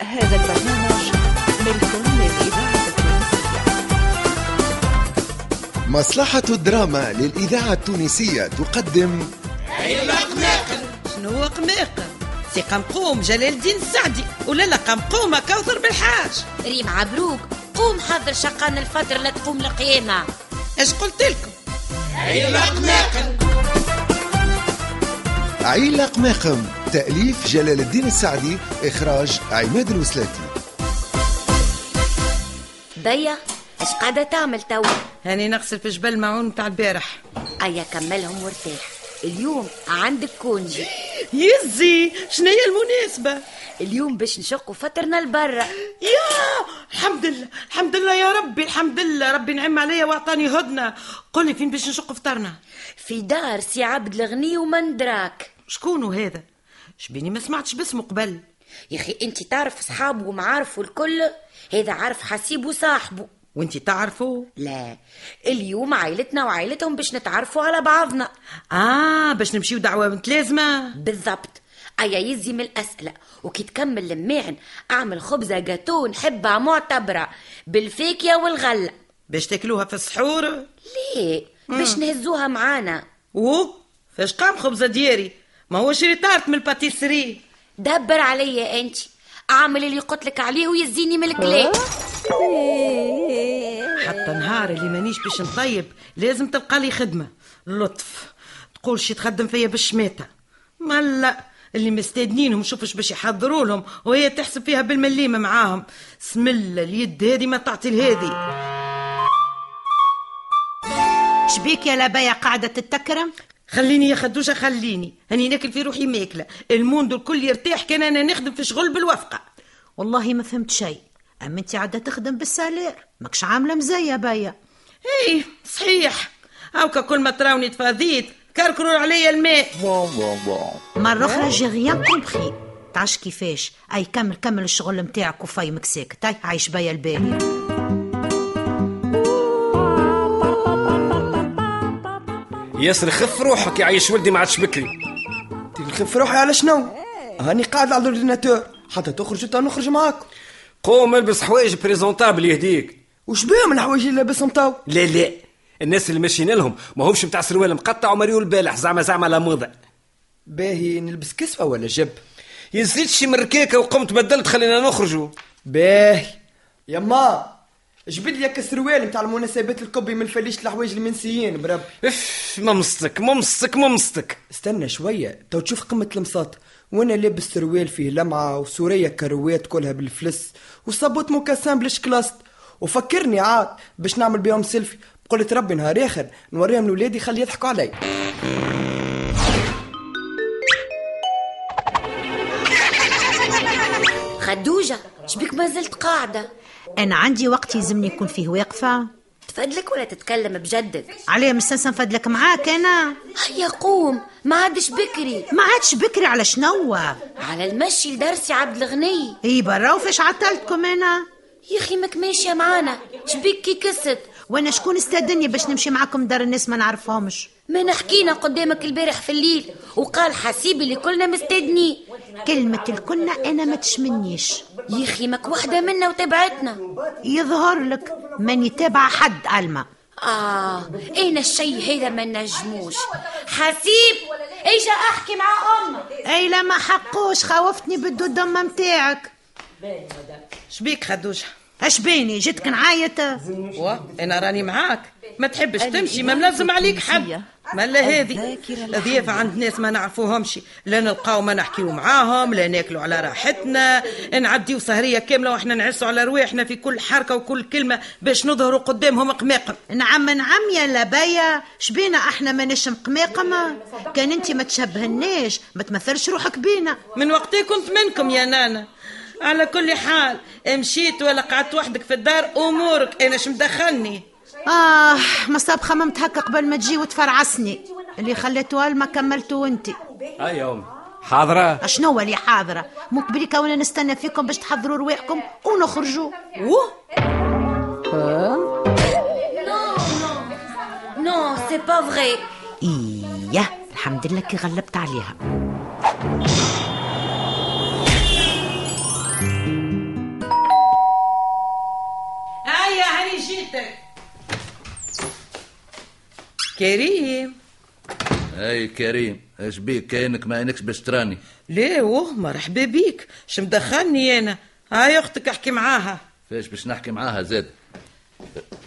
هذا البرنامج ملك للإذاعة التونسية مصلحة الدراما للإذاعة التونسية تقدم شنو هو قماقم سي قمقوم جلال الدين السعدي ولا لا قمقومة كوثر بالحاج ريم عبروك قوم حضر شقان الفطر لا تقوم القيامة اش قلت لكم عيلة قماقم تأليف جلال الدين السعدي إخراج عماد الوسلاتي بيا اش قاعدة تعمل توا هاني نغسل في جبل معون متاع البارح أيا كملهم وارتاح اليوم عندك كونجي يزي شنو هي المناسبة اليوم باش نشقوا فطرنا لبرا يا الحمد لله الحمد لله يا ربي الحمد لله ربي نعم عليا واعطاني هدنة قولي فين باش نشق فطرنا في دار سي عبد الغني ومندراك شكونو هذا شبيني ما سمعتش باسمه قبل يا اخي انت تعرف صحابه ومعارفه الكل هذا عارف حسيبه وصاحبه وانتي تعرفوا لا اليوم عائلتنا وعائلتهم باش نتعرفوا على بعضنا اه باش نمشيو دعوة متلازمة بالضبط أيا يزي من الأسئلة وكي تكمل لماعن أعمل خبزة جاتو نحبها معتبرة بالفاكهة والغلة باش تاكلوها في السحور ليه؟ باش نهزوها معانا و فاش قام خبزة دياري ما هو شري طارت من الباتيسري دبر عليا أنت أعمل اللي قلتلك عليه ويزيني من الكلام حتى نهار اللي مانيش باش نطيب لازم تلقى لي خدمة لطف تقول شي تخدم فيا بالشماتة ما لا اللي مستدنينهم شوفش باش يحضروا لهم وهي تحسب فيها بالمليمة معاهم سم الله اليد هذه ما تعطي الهذي شبيك يا لبايا قاعدة تتكرم خليني يا خدوشة خليني هاني ناكل في روحي ماكلة الموندو الكل يرتاح كان أنا نخدم في شغل بالوفقة والله ما فهمت شيء أما أنت عادة تخدم بالسالير ماكش عاملة مزايا بايا اي إيه، صحيح هاكا كل ما تراوني تفاضيت كركروا عليا الماء مرة أخرى جي غيان كومبخي تعش كيفاش أي كمل كمل الشغل متاعك وفيمك ساكت أي عايش بايا البال ياسر خف روحك يا عيش ولدي ما عادش بكري نخف روحي على شنو؟ هاني قاعد على الاورديناتور حتى تخرج انت نخرج معاكم قوم البس حوايج بريزونتابل يهديك وش بيهم الحوايج اللي لابسهم تو؟ لا لا الناس اللي ماشيين لهم ما همش متاع سروال مقطع ومريول البالح زعما زعما لا موضه باهي نلبس كسفه ولا جب؟ يزيد شي من الركاكه وقمت بدلت خلينا نخرجوا باهي يما جبد لي كسروال نتاع المناسبات الكبي من فليش الحوايج المنسيين بربي اف ممسك ممسك ممسك استنى شويه تو تشوف قمه المساط وانا لابس سروال فيه لمعه وسوريه كروات كلها بالفلس وصابوت مكسام بالشكلاست وفكرني عاد باش نعمل بيهم سيلفي قلت ربي نهار اخر نوريهم لولادي خلي يضحكوا علي خدوجة شبيك ما زلت قاعدة أنا عندي وقت يلزمني نكون فيه واقفة تفدلك ولا تتكلم بجدك عليا مستنسى نفدلك معاك أنا هيا قوم ما عادش بكري ما عادش بكري على شنو على المشي لدرسي عبد الغني اي برا وفاش عطلتكم أنا يا أخي ماك ماشية معانا شبيك كي كست وانا شكون استدني باش نمشي معاكم دار الناس ما نعرفهمش ما نحكينا قدامك البارح في الليل وقال حسيبي اللي كلنا مستدني كلمة الكنا أنا ما تشمنيش يا اخي ماك وحده منا وتبعتنا يظهر لك من يتابع حد ألما اه اين الشيء هذا ما نجموش حسيب اجا احكي مع امك أي لا ما حقوش خوفتني بالدو الضمة متاعك شبيك خدوشة أش بيني جيتك نعايت و انا راني معاك ما تحبش تمشي ما ملزم عليك حد ما لا هذه الضيافة عند ناس ما نعرفوهمش لا نلقاو ما نحكيو معاهم لا ناكلو على راحتنا نعديو سهرية كاملة واحنا نعسو على رواحنا في كل حركة وكل كلمة باش نظهروا قدامهم قماقم نعم نعم يا لبايا شبينا احنا ماناش مقماقمة كان انت ما تشبهناش ما تمثلش روحك بينا من وقتها كنت منكم يا نانا على كل حال مشيت ولا قعدت وحدك في الدار امورك انا ش مدخلني آه ما صاب خممت هكا قبل ما تجي وتفرعسني اللي خليتو ما كملتو انت هاي يا امي حاضره شنو اللي حاضرة مقبلي كون نستنى فيكم باش تحضروا رواحكم ونخرجوا وه نو سي با فغي إيه الحمد لله كي غلبت عليها حيطك كريم اي كريم اش بيك كانك ما انكش باش تراني ليه وه مرحبا بيك شو مدخلني انا هاي اختك احكي معاها فاش باش نحكي معاها زاد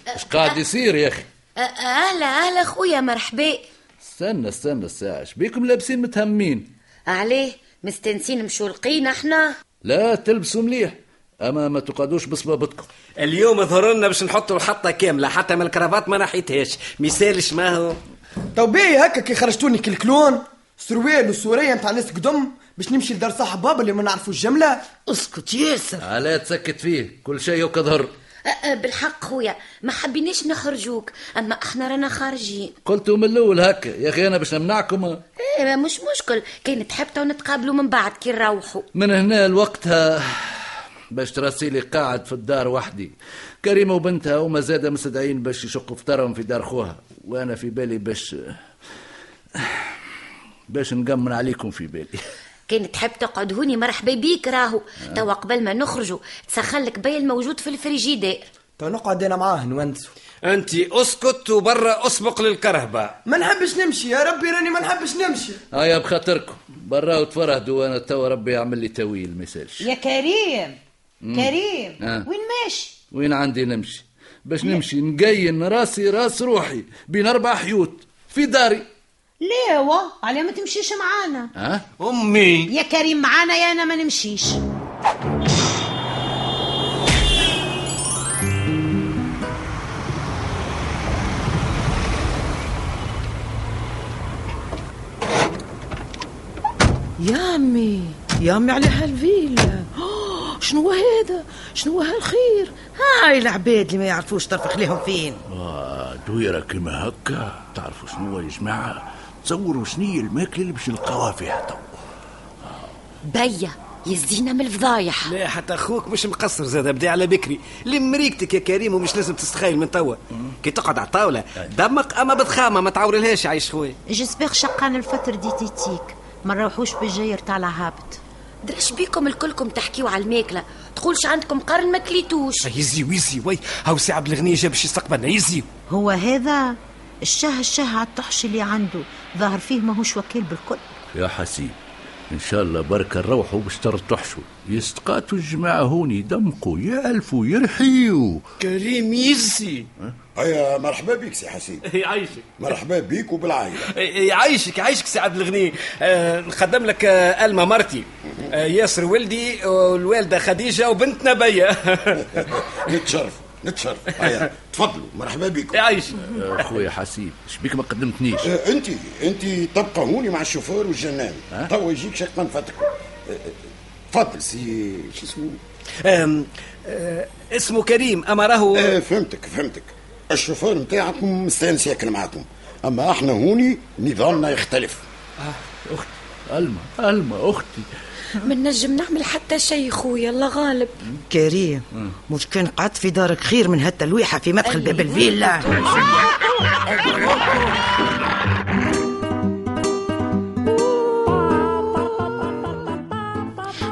اش قاعد يصير يا اخي أ- اهلا اهلا خويا مرحبا استنى استنى الساعه اش بيكم لابسين متهمين عليه مستنسين مشولقين احنا لا تلبسوا مليح اما ما تقعدوش بصبابتكم اليوم ظهر لنا باش نحطوا الحطه كامله حتى من الكرافات ما نحيتهاش مثالش ما هو تو باهي هكا كي خرجتوني كالكلون سروال وسورية نتاع ناس قدم باش نمشي لدار صاحب بابا اللي ما نعرفوش الجملة اسكت ياسر على تسكت فيه كل شيء هو ظهر أ- أ، أه، بالحق خويا ما حبيناش نخرجوك اما احنا رانا خارجين قلتوا من الاول هكا يا اخي انا باش نمنعكم إيه مش مشكل كان تحب تو نتقابلوا من بعد كي نروحوا من هنا لوقتها باش تراسيلي قاعد في الدار وحدي كريمه وبنتها وما زاد مستدعين باش يشقوا فطرهم في دار خوها وانا في بالي باش آه، باش نقمن عليكم في بالي كان تحب تقعد هوني مرحبا بيك راهو توا قبل ما نخرجوا تسخن لك بي الموجود في الفريجيدير تو نقعد انا معاه نونسو انت اسكت وبرا اسبق للكرهبه ما نحبش نمشي يا ربي راني ما نحبش نمشي هيا آه، بخاطركم برا وتفرهدوا وانا توا ربي يعمل لي تاويل ما يسالش يا كريم كريم آه. وين ماشي وين عندي نمشي باش نمشي نقين راسي راس روحي بين اربع حيوت في داري ليه وا على ما تمشيش معانا ها امي يا كريم معانا يا انا ما نمشيش يامي يامي على هالفيلا آه، شنو هذا شنو هالخير هاي العباد اللي ما يعرفوش ترفخ لهم فين آه دويرة كما هكا تعرفوا شنو يا جماعة تصوروا شنية الماكلة اللي باش نلقاوها فيها تو بيا يزينا من الفضايح لا حتى اخوك مش مقصر زاد بدا على بكري لم ريقتك يا كريم ومش لازم تستخيل من توا كي تقعد على الطاوله دمق اما بضخامه ما تعورلهاش عايش خويا جسبيغ شقان الفترة دي تيتيك ما نروحوش بالجير تاع الهابط درش بيكم الكلكم تحكيوا على الماكله تقولش عندكم قرن ما كليتوش يزي ويزي وي هاو ساعه بالاغنيه جا باش يستقبلنا يزي هو هذا الشه الشه على الطحش اللي عنده ظهر فيه ماهوش وكيل بالكل يا حسيب ان شاء الله بركة نروحوا باش ترتحشوا يستقاتوا الجماعة هوني دمقوا يالفوا يرحيوا كريم يزي هيا مرحبا بك سي حسين يعيشك مرحبا بك وبالعائله يعيشك يعيشك سعد الغني آه، نقدم لك آه، ألما مرتي آه، ياسر ولدي والوالدة خديجة وبنتنا بيا نتشرف نتشرف هيا تفضلوا مرحبا بكم يعيشك آه، خويا حسيب شبيك ما قدمتنيش آه، انت انت تبقى هوني مع الشوفور والجنان توا يجيك شق نفتكم أه، تفضل سي شو اسمه آم، آه، اسمه كريم أما راهو آه، فهمتك فهمتك الشوفور نتاعكم مستانس ياكل معاكم اما احنا هوني نظامنا يختلف اختي الما الما اختي ما نجم نعمل حتى شيء خويا الله غالب كريم مش كان قعدت في دارك خير من هالتلويحه في مدخل باب الفيلا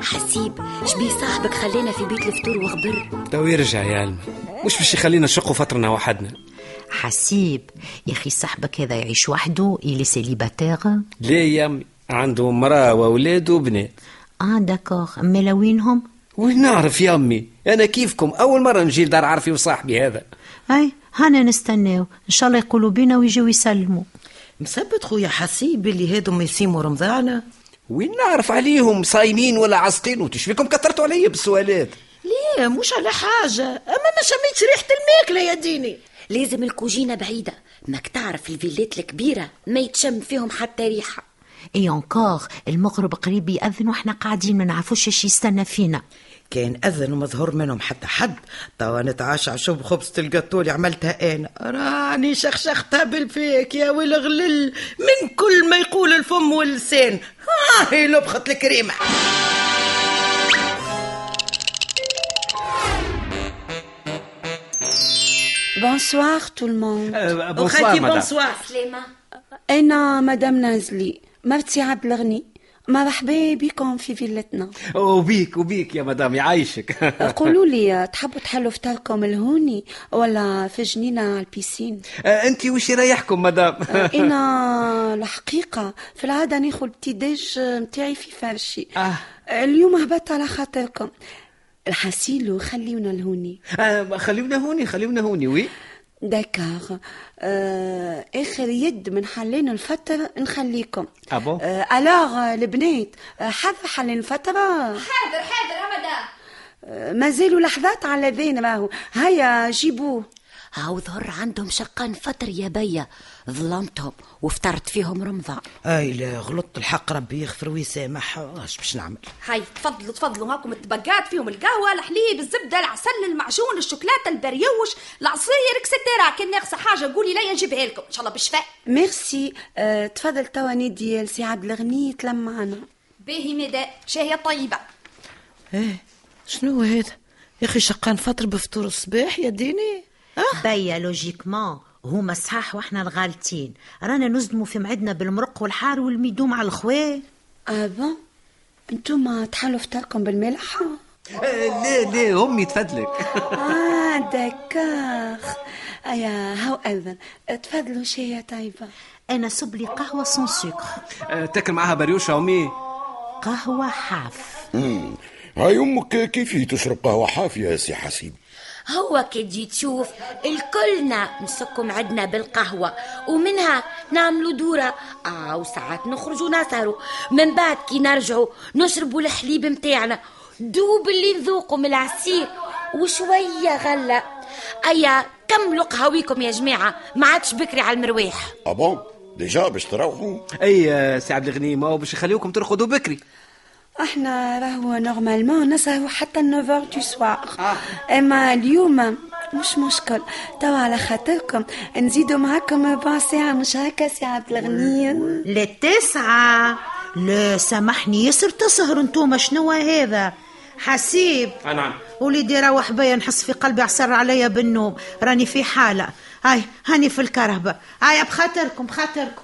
حسيب شبيه صاحبك خلينا في بيت الفطور وغبر تو يرجع يا ألما مش باش يخلينا نشقوا فترنا وحدنا حسيب يا اخي صاحبك هذا يعيش وحده اللي سيليباتير ليه يا أمي عنده مرأة وأولاد وبنات اه داكور مي وينهم وين نعرف يا أمي أنا كيفكم أول مرة نجي لدار عارفي وصاحبي هذا اي هانا نستناو ان شاء الله يقولوا بينا ويجيو يسلموا مثبت خويا حسيب اللي هادو ما يسيموا رمضان وين نعرف عليهم صايمين ولا عاسقين وتشفيكم كثرتوا عليا بالسؤالات ليه مش على حاجه اما ما شميتش ريحه الماكله يا ديني لازم الكوجينة بعيدة ماك تعرف الفيلات الكبيرة ما يتشم فيهم حتى ريحة اي انكور المغرب قريب ياذن واحنا قاعدين ما نعرفوش ايش يستنى فينا كان اذن وما ظهر منهم حتى حد توا نتعشى شوف خبزة الجاتو اللي عملتها انا راني شخشختها بالفيك يا والغلل من كل ما يقول الفم واللسان هاي لبخة الكريمة بونسوار تو الموند أه، وخاتي بونسوار سلامة Eh انا مدام نازلي مرتي عبد الغني مرحبا بكم في فيلتنا وبيك وبيك يا مدام يعيشك أه، قولوا لي تحبوا تحلوا فطاركم الهوني ولا في جنينة على البيسين انت وش يريحكم مدام انا الحقيقة في العادة ناخذ البتي ديج نتاعي في فرشي اليوم هبطت على خاطركم الحسيلو خليونا الهوني آه، خليونا هوني خليونا هوني وي داكار آه، اخر يد من حلين الفترة نخليكم ابو آه، الوغ آه، البنات آه، حذر حلين الفترة حاضر حاضر رمضان آه، مازالوا لحظات على ذين راهو هيا جيبوه هاو ظهر عندهم شقان فتر يا بيا ظلمتهم وفطرت فيهم رمضان اي لا غلطت الحق ربي يغفر ويسامح اش باش نعمل هاي تفضلوا تفضلوا هاكم التبقات فيهم القهوه الحليب الزبده العسل المعجون الشوكولاته البريوش العصير اكسترا كان ناقصه حاجه قولي لي نجيبها لكم ان شاء الله بالشفاء ميرسي Euh, آه، تفضل توا نادي لسي عبد الغني يتلم معنا باهي مدى شاهيه طيبه ايه شنو هذا يا اخي شقان فطر بفطور الصباح يا ديني بيا لوجيكمون هما صحاح واحنا الغالطين رانا نزدموا في معدنا بالمرق والحار والميدوم على الخوي Ah ابا انتم تحلوا فطاركم بالملح آه، لا لا امي تفدلك Ah, اه دكاخ ايا هاو اذن تفضلوا شي يا طيبه انا صب لي قهوه سون سكر آه، تاكل معاها بريوشه امي قهوه حاف مم. هاي امك كيف تشرب قهوه حافيه يا سي حسين هو كي تجي تشوف الكلنا نسكو معدنا بالقهوة ومنها نعملوا دورة آه وساعات نخرجوا نسهروا من بعد كي نرجعوا نشربوا الحليب متاعنا دوب اللي نذوقوا من العصير وشوية غلة أيا كملوا قهويكم يا جماعة ما عادش بكري على المرواح ابون ديجا باش تروحوا اي آه، سي عبد الغني ما هو باش يخليوكم ترقدوا بكري احنا راهو نورمالمون نسهروا حتى 9 دو سوار اما اليوم مش مشكل توا على خاطركم نزيدوا معاكم ربع ساعة مش هكا سي عبد الغنية للتسعة لا سامحني ياسر تسهر انتوما شنو هذا حسيب نعم وليدي روح بيا نحس في قلبي عصر عليا بالنوم راني في حالة هاي هاني في الكرهبة هاي بخاطركم بخاطركم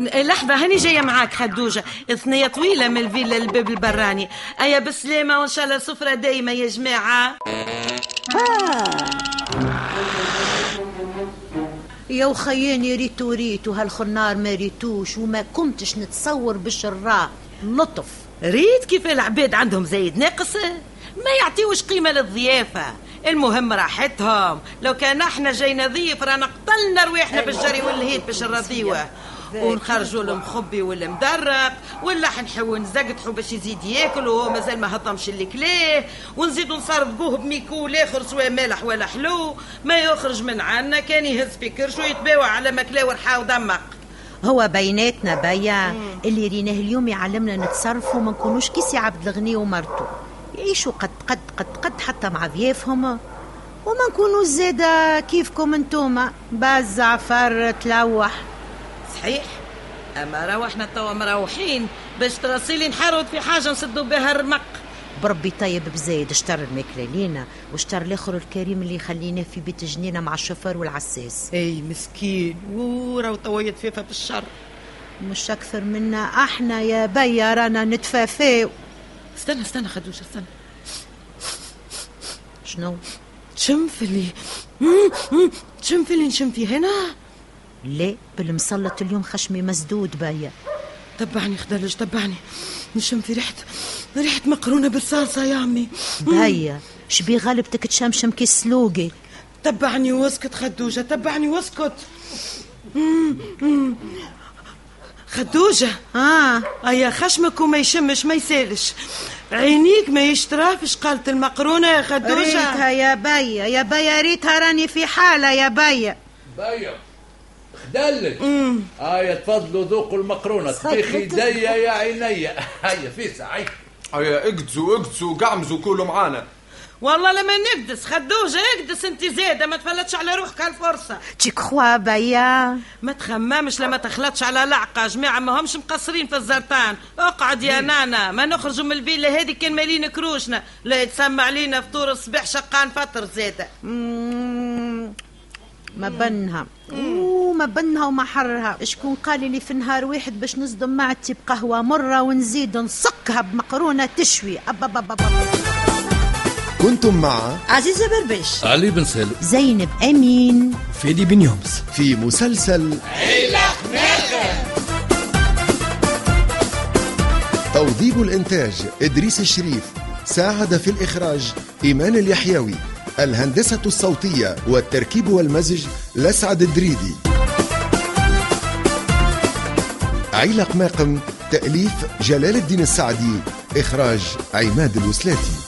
إيه، لحظة هاني جاية معاك خدوجة ثنية طويلة من الفيلا الباب البراني أيا بالسلامة وإن شاء الله سفرة دايمة يا جماعة يا وخياني ريت وريت وهالخنار ما ريتوش وما كنتش نتصور بالشراء لطف ريت كيف العباد عندهم زايد ناقص ما يعطيوش قيمة للضيافة المهم راحتهم لو كان احنا جاينا ضيف رانا قتلنا رواحنا بالجري والهيد باش الرضيوه ونخرجوا لهم خبي والمدرق واللحن حو نزقطحوا باش يزيد ياكل وهو مازال ما هضمش اللي كلاه ونزيدوا نصرفقوه بميكو الاخر سواء مالح ولا حلو ما يخرج من عنا كان يهز في كرشو يتباوع على مكلاو رحاو دمق هو بيناتنا بيا اللي ريناه اليوم يعلمنا نتصرف وما نكونوش كيسي عبد الغني ومرته يعيشوا قد قد قد قد حتى مع ضيافهم وما نكونوا زادة كيفكم انتوما باز عفر تلوح صحيح اما روحنا توا مروحين باش تراسيلي نحارود في حاجه نسدوا بها الرمق بربي طيب بزايد اشتر الماكله لينا واشتر الاخر الكريم اللي خليناه في بيت جنينه مع الشوفار والعساس اي مسكين وراو توا يتفافى بالشر مش اكثر منا احنا يا بيا رانا نتفافاو استنى استنى خدوش استنى شنو شم في اللي مم، مم، شم في اللي نشم فيه هنا لا بالمسلط اليوم خشمي مسدود بايا تبعني خدلج تبعني نشم في ريحة ريحة مقرونة بالصلصة يا عمي بايا شبي غالبتك تشمشم كي سلوقي تبعني واسكت خدوجة تبعني واسكت مم، مم. خدوجة اه أيا خشمك وما يشمش ما يسالش عينيك ما يشترافش قالت المقرونة يا خدوجة ريتها يا بيا إيه، يا بيا ريتها راني في حالة يا بيا بايا خدلك أه. هيا تفضلوا ذوقوا المقرونه تبيخ ايديا يا عينيا هيا فيسع هيا هيا اقدسوا اقدسوا قعمزوا كلوا معانا والله لما نقدس خدوجة اقدس انت زايدة ما تفلتش على روحك هالفرصة تي كخوا بايا ما تخممش لما تخلطش على لعقة جماعة ما همش مقصرين في الزرطان اقعد يا نانا ما نخرجوا من الفيلا هذه كان مالين كروشنا لا يتسمى علينا فطور الصبح شقان فطر زادة ما بنها وما بنها وما حرها شكون قال لي في نهار واحد باش نصدم معتي بقهوه مره ونزيد نسقها بمقرونه تشوي أب أب أب أب أب. كنتم مع عزيزه بربش علي بن سالم زينب امين فيدي بن يومس في مسلسل توظيب الإنتاج إدريس الشريف ساعد في الإخراج إيمان اليحيوي الهندسة الصوتية والتركيب والمزج لسعد الدريدي عيلق ماقم تأليف جلال الدين السعدي إخراج عماد الوسلاتي